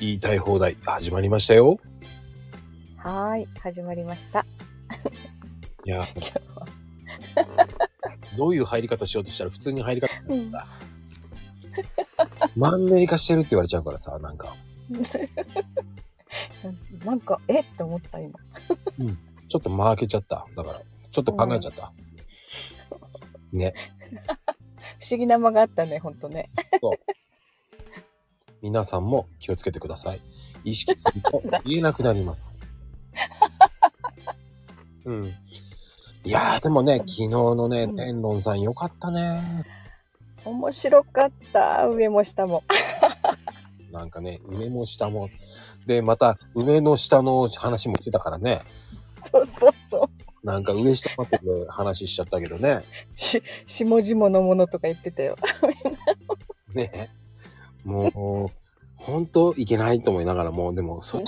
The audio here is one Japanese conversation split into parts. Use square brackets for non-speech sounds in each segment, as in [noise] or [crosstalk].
言いたい放題始まりましたよ。はーい、始まりました。いや、 [laughs] どういう入り方しようとしたら普通に入り方、うんマンネリ化してるって言われちゃうからさ、なんか、なんか、えって思った今。ちょっと間開けちゃった。だから、ちょっと考えちゃった。ね、不思議な間があったね、ほんとね。皆さんも気をつけてください。意識すると言えなくなります。うん。いやーでもね、昨日のね、うん天論さんよかったね。面白かった、上も下も。なんかね、上も下も。で、また、上の下の話もしてたからね。そうそうそう。なんか上下まで話しちゃったけどね。し、下々のものとか言ってたよ。ね。もう、ほんといけないと思いながらもう、でも、そ、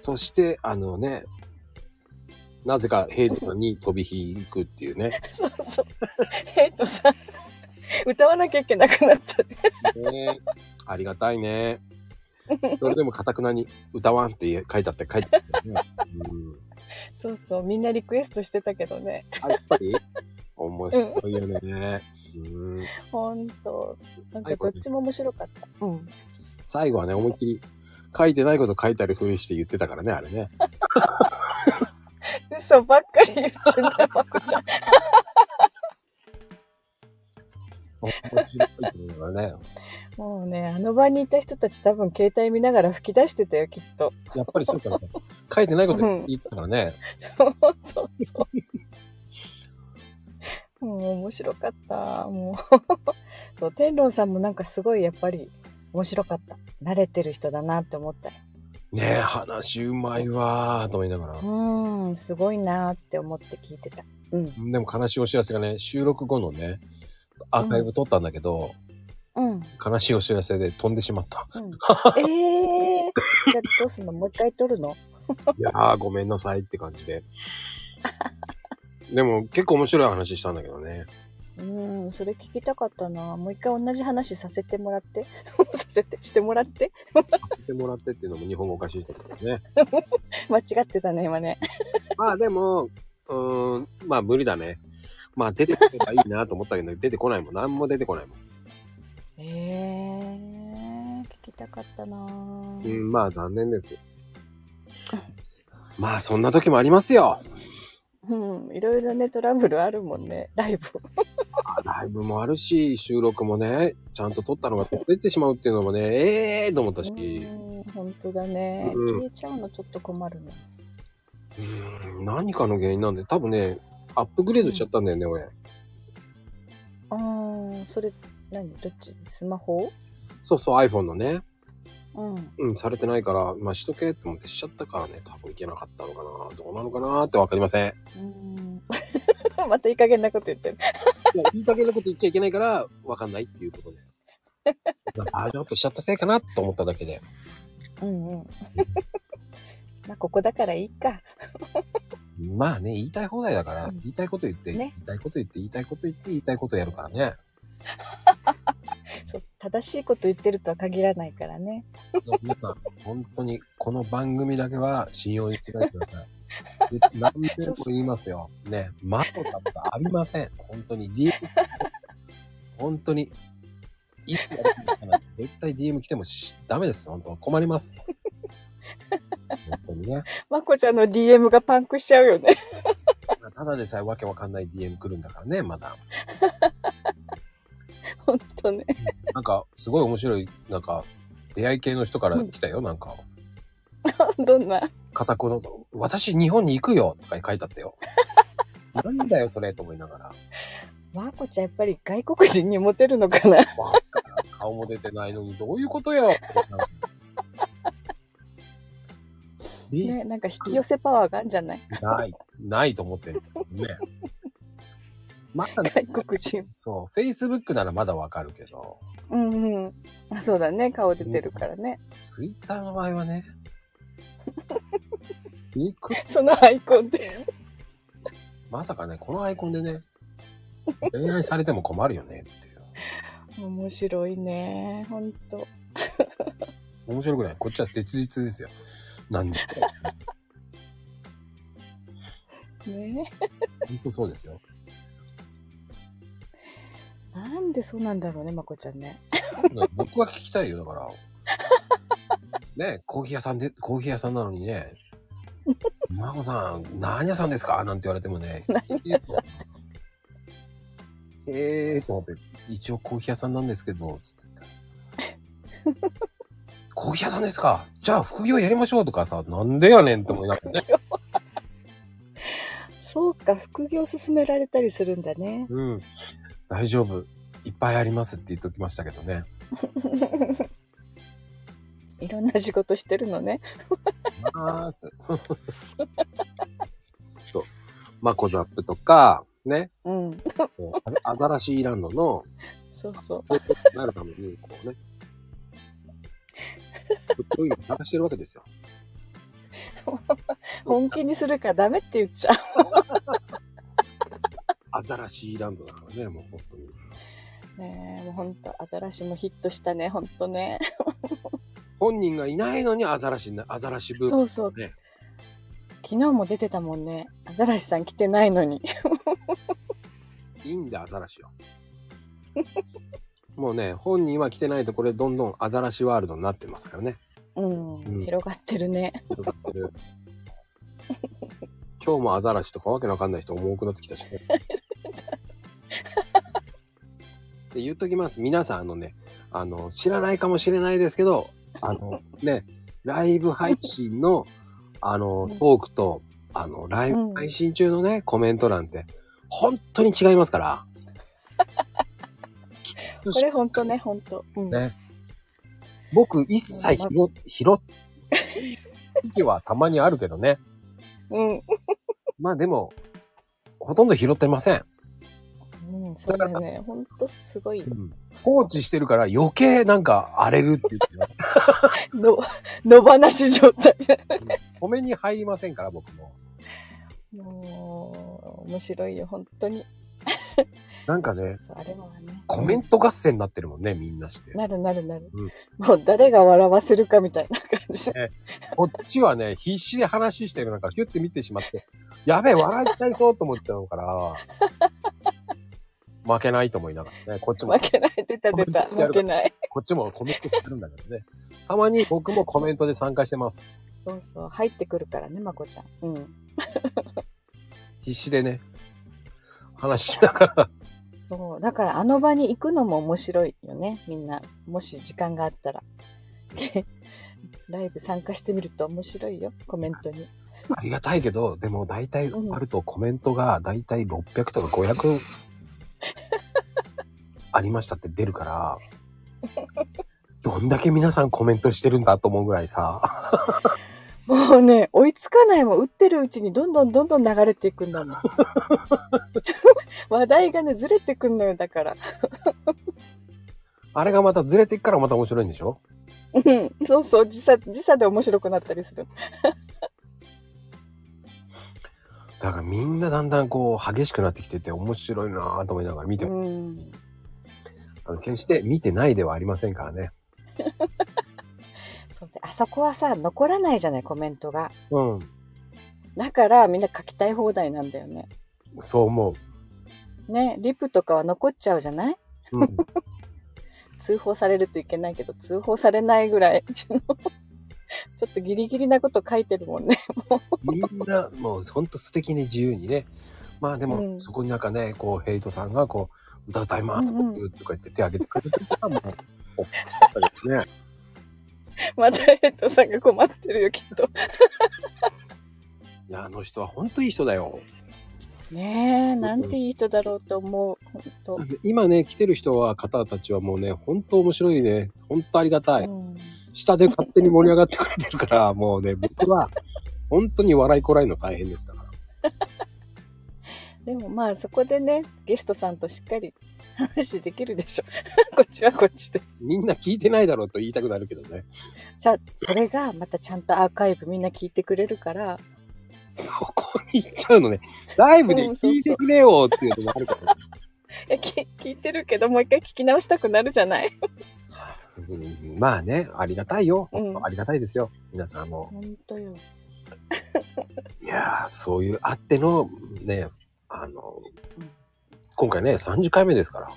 そして、あのね、なぜかヘイトに飛び火行くっていうね。そうそう。えっとさ、歌わなきゃいけなくなったね。ねありがたいね。それでもかたくなに歌わんって書いてあって書いてあったよね。うんそうそう、みんなリクエストしてたけどね。あやっぱ [laughs] り面白いよね。うんほんと。なんか最ど後っにちも面白かった。うん。最後はね、思いっきり書いてないこと書いてあるふりして言ってたからね、あれね。嘘ばっかり言ってた、まこ [laughs] ちゃん。面白いと思うからね。もうね、あの場にいた人たち多分携帯見ながら吹き出してたよ、きっと。 [laughs] やっぱりそうかな。書いてないこと言ってたからね。そうそう。もう面白かった。もう [laughs] そう。天論さんもなんかすごいやっぱり面白かった。慣れてる人だなって思ったよ。ねえ、話うまいわーと思いながらう。ーん、すごいなって思って聞いてた。うん。でも悲しいお知らせがね、収録後のね、アーカイブ撮ったんだけど、うん。悲しいお知らせで飛んでしまった。ええー。じゃあどうすんのもう一回撮るのいやー、ごめんなさいって感じで。でも結構面白い話したんだけどね。うーん、それ聞きたかったな。もう一回同じ話させてもらって。 [laughs] させて、してもらって。聞いてもらってっていうのも日本語おかしいけどね。間違ってたね、今ね。まあでも、うーん、まあ無理だね。まあ出てくればいいなと思ったけど、出てこないもん。何も出てこないもん。ええー、聞きたかったなうーん、まあ残念です。まあそんな時もありますよ。うん、いろいろね、トラブルあるもんね、ライブ。あライブもあるし、収録もね、ちゃんと撮ったのが撮ってってしまうっていうのもね、ええーと思ったし、ううん、本当だね。うん消えちゃうのちょっと困るね。ーん、何かの原因なんで、多分ね、アップグレードしちゃったんだよね、俺。うーん、それ、何どっちスマホそうそう、iPhone のね、うん。うん、されてないから、まあしとけって思ってしちゃったからね、多分いけなかったのかな、どうなのかなってわかりません。うん、 [laughs] またいい加減なこと言ってる。い [laughs] や、いい加減なこと言っちゃいけないから、わかんないっていうことで。バージョンアップしちゃったせいかなと思っただけで。うん [laughs] うん。まあ、ここだからいいか。まあね、言いたい放題だから、うん言いたいこと言って、ね言いたいこと言って、言いたいこと言って、言いたいことやるからね。そう正しいこと言ってるとは限らないからね。皆さん、本当にこの番組だけは信用に違えてください。で何遍も言いますよ。ね、マコだとかありません。本当に DM、本当に、いつやるんですかね絶対 DM 来てもしダメです。本当困ります。本当にね。まこちゃんの DM がパンクしちゃうよね。 [laughs] ただでさえわけわかんない DM 来るんだからね、まだ。本当ね。なんか、すごい面白い、なんか、出会い系の人から来たよ、なんか。どんな。片言の、私日本に行くよとか書いてあったよ。なんだよ、それと思いながら。まこちゃんやっぱり外国人にモテるのかなわっか顔も出てないのに、どういうことよ。え、ね、なんか引き寄せパワーがあるんじゃないない、ないと思ってるんですけどね。まあ、ね、外国人。そう、Facebook ならまだわかるけど、うんうん。あそうだね。顔出てるからね。 Twitter の場合はね、びっくりそのアイコンで。まさかね、このアイコンでね、恋愛されても困るよねっていう。面白いね。ほんと。面白くないこっちは切実ですよ。なん [laughs] で。ねほんとそうですよ。えなんでそうなんだろうね、まこちゃんね。僕は聞きたいよ、だから。ねコーヒー屋さんで、コーヒー屋さんなのにね、マコさん、何屋さんですかなんて言われてもね、ええーと思って、一応コーヒー屋さんなんですけど、つって言ったらコーヒー屋さんですかじゃあ副業やりましょうとかさ、なんでやねんって思いながらね。そうか、副業勧められたりするんだね。うん。大丈夫。いっぱいありますって言っときましたけどね。いろんな仕事してるのね。まーす。と、マコザップとか、ね、うん。こうあアザラシーランドの、そうそう。そういうことになるために、こうね、そういうの探してるわけですよ。本気にするからダメって言っちゃう。アザラシーランドだからね、もう本当に。ねえ、もうほんと、アザラシもヒットしたね、ほんとね。本人がいないのにアザラシな、アザラシブーム。そうそう。ね昨日も出てたもんね。アザラシさん来てないのに。 [laughs] いいんだ、アザラシは。もうね、本人は来てないとこれどんどんアザラシワールドになってますからね。うん、うん広がってるね。広がってる今日もアザラシとかわけのわかんない人多くなってきたしね。で言っときます。皆さん、あのね、あの、知らないかもしれないですけど、あの、ね、ライブ配信の、あの、うトんークと、あの、ライブ配信中のね、コメント欄って、本当に違いますから。きっとこれほんとね、ほんと。うん。ね。僕、一切拾、拾っ、時はたまにあるけどね。うん。まあでも、ほとんど拾ってません。うん、そうだよね。ほんとすごい。放置してるから余計なんか荒れるっていうかね、 [laughs] の、 [laughs] 野放し状態。 [laughs] 止めに入りませんから、僕も。もう、面白いよ、ほんとに。なんかそうね、そう、あれはね。コメント合戦になってるもんね、みんなして。なるなるなる。うんもう誰が笑わせるかみたいな感じ。こっちはね、必死で話してる中、ヒュッて見てしまって、やべえ、笑いちゃいそうと思っちゃうから、負けないと思いながらね、こっちも [laughs] 負けない、出た出た、負けない。こっちもコメントしてるんだけどね。たまに僕もコメントで参加してます。そうそう、入ってくるからね、まこちゃん。うん。必死でね、話しながら。そう、だからあの場に行くのも面白いよね、みんな。もし時間があったら。 [laughs] ライブ参加してみると面白いよ、コメントに。ありがたいけど、でも大体うんあるとコメントが大体600とか500ありましたって出るから、どんだけ皆さんコメントしてるんだと思うぐらいさ、もうね、追いつかないもん、打ってるうちにどんどんどんどん流れていくんだもん。 [laughs] 話題がね、ずれてくんのよ、だから。 [laughs] あれがまたずれていくからまた面白いんでしょうん、そうそう、時差、時差で面白くなったりする。だからみんなだんだんこう激しくなってきてて面白いなぁと思いながら見てうも、ん。あの決して見てないではありませんからね。そうで、あそこはさ、残らないじゃない、コメントが。うん、だから、みんな書きたい放題なんだよね。そう思う。ね、リプとかは残っちゃうじゃないうん、通報されるといけないけど、通報されないぐらい、 [laughs] ちょっとギリギリなこと書いてるもんね。 [laughs] みんなもうほんと素敵に自由にねまあでも、うんそこになんかねこうヘイトさんがこう「歌歌います」うとんうんか言って手挙げてくれてるからもうおっかしかったけどねまたヘッドさんが困ってるよ、きっと。いやあの人はほんといい人だよねえ、なんていい人だろうと思う。本当。今ね来てる人は方たちはもうねほんと面白いねほんとありがたいうん下で勝手に盛り上がってくれてるから [laughs] もうね僕は本当に笑いこらえるの大変ですだからでもまあ、そこでね、ゲストさんとしっかり話できるでしょ。 [laughs] こっちはこっちで。みんな聞いてないだろうと言いたくなるけどねじゃあ、それがまたちゃんとアーカイブみんな聞いてくれるから、そこに行っちゃうのねライブで聞いてくれよっていうのもあるからねいや聞聞いてるけど、もう一回聞き直したくなるじゃない。ねうんまあね、ありがたいよ。うん本当ありがたいですよ。皆さんも。ほんとよ。いやー、そういうあっての、ね、あの、今回ね、30回目ですから。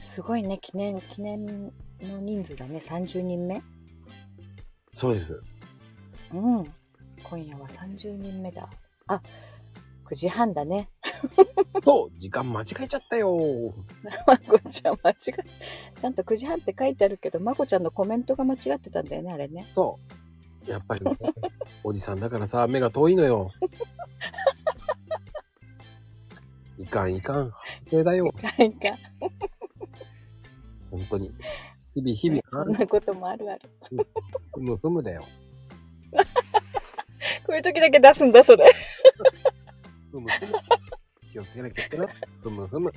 すごいね、記念、記念の人数だね、30人目。そうです。うん。今夜は30人目だ。あ、9時半だね。 [laughs] そう時間間違えちゃったよまこちゃん間違え、ちゃんと9時半って書いてあるけど、まこちゃんのコメントが間違ってたんだよね、あれね。 [laughs] そう。やっぱりね、おじさんだからさ、目が遠いの [laughs] よ。いかんいかん、反省だよ。なんか、本当に。日々日々、そんなこともあるある。ふむふむだよ。こういう時だけ出すんだ、それ。ふむふむ。気をつけなきゃいけない。ふむふむ。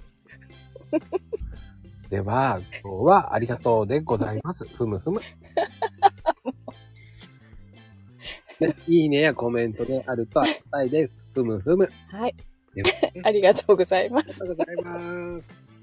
では、今日はありがとうでございます。ふむふ [laughs] む。ねいいねやコメントであるとありがたいです。ふむふむ。はいでは。 [laughs] ありがとうございまありす。がとうございます。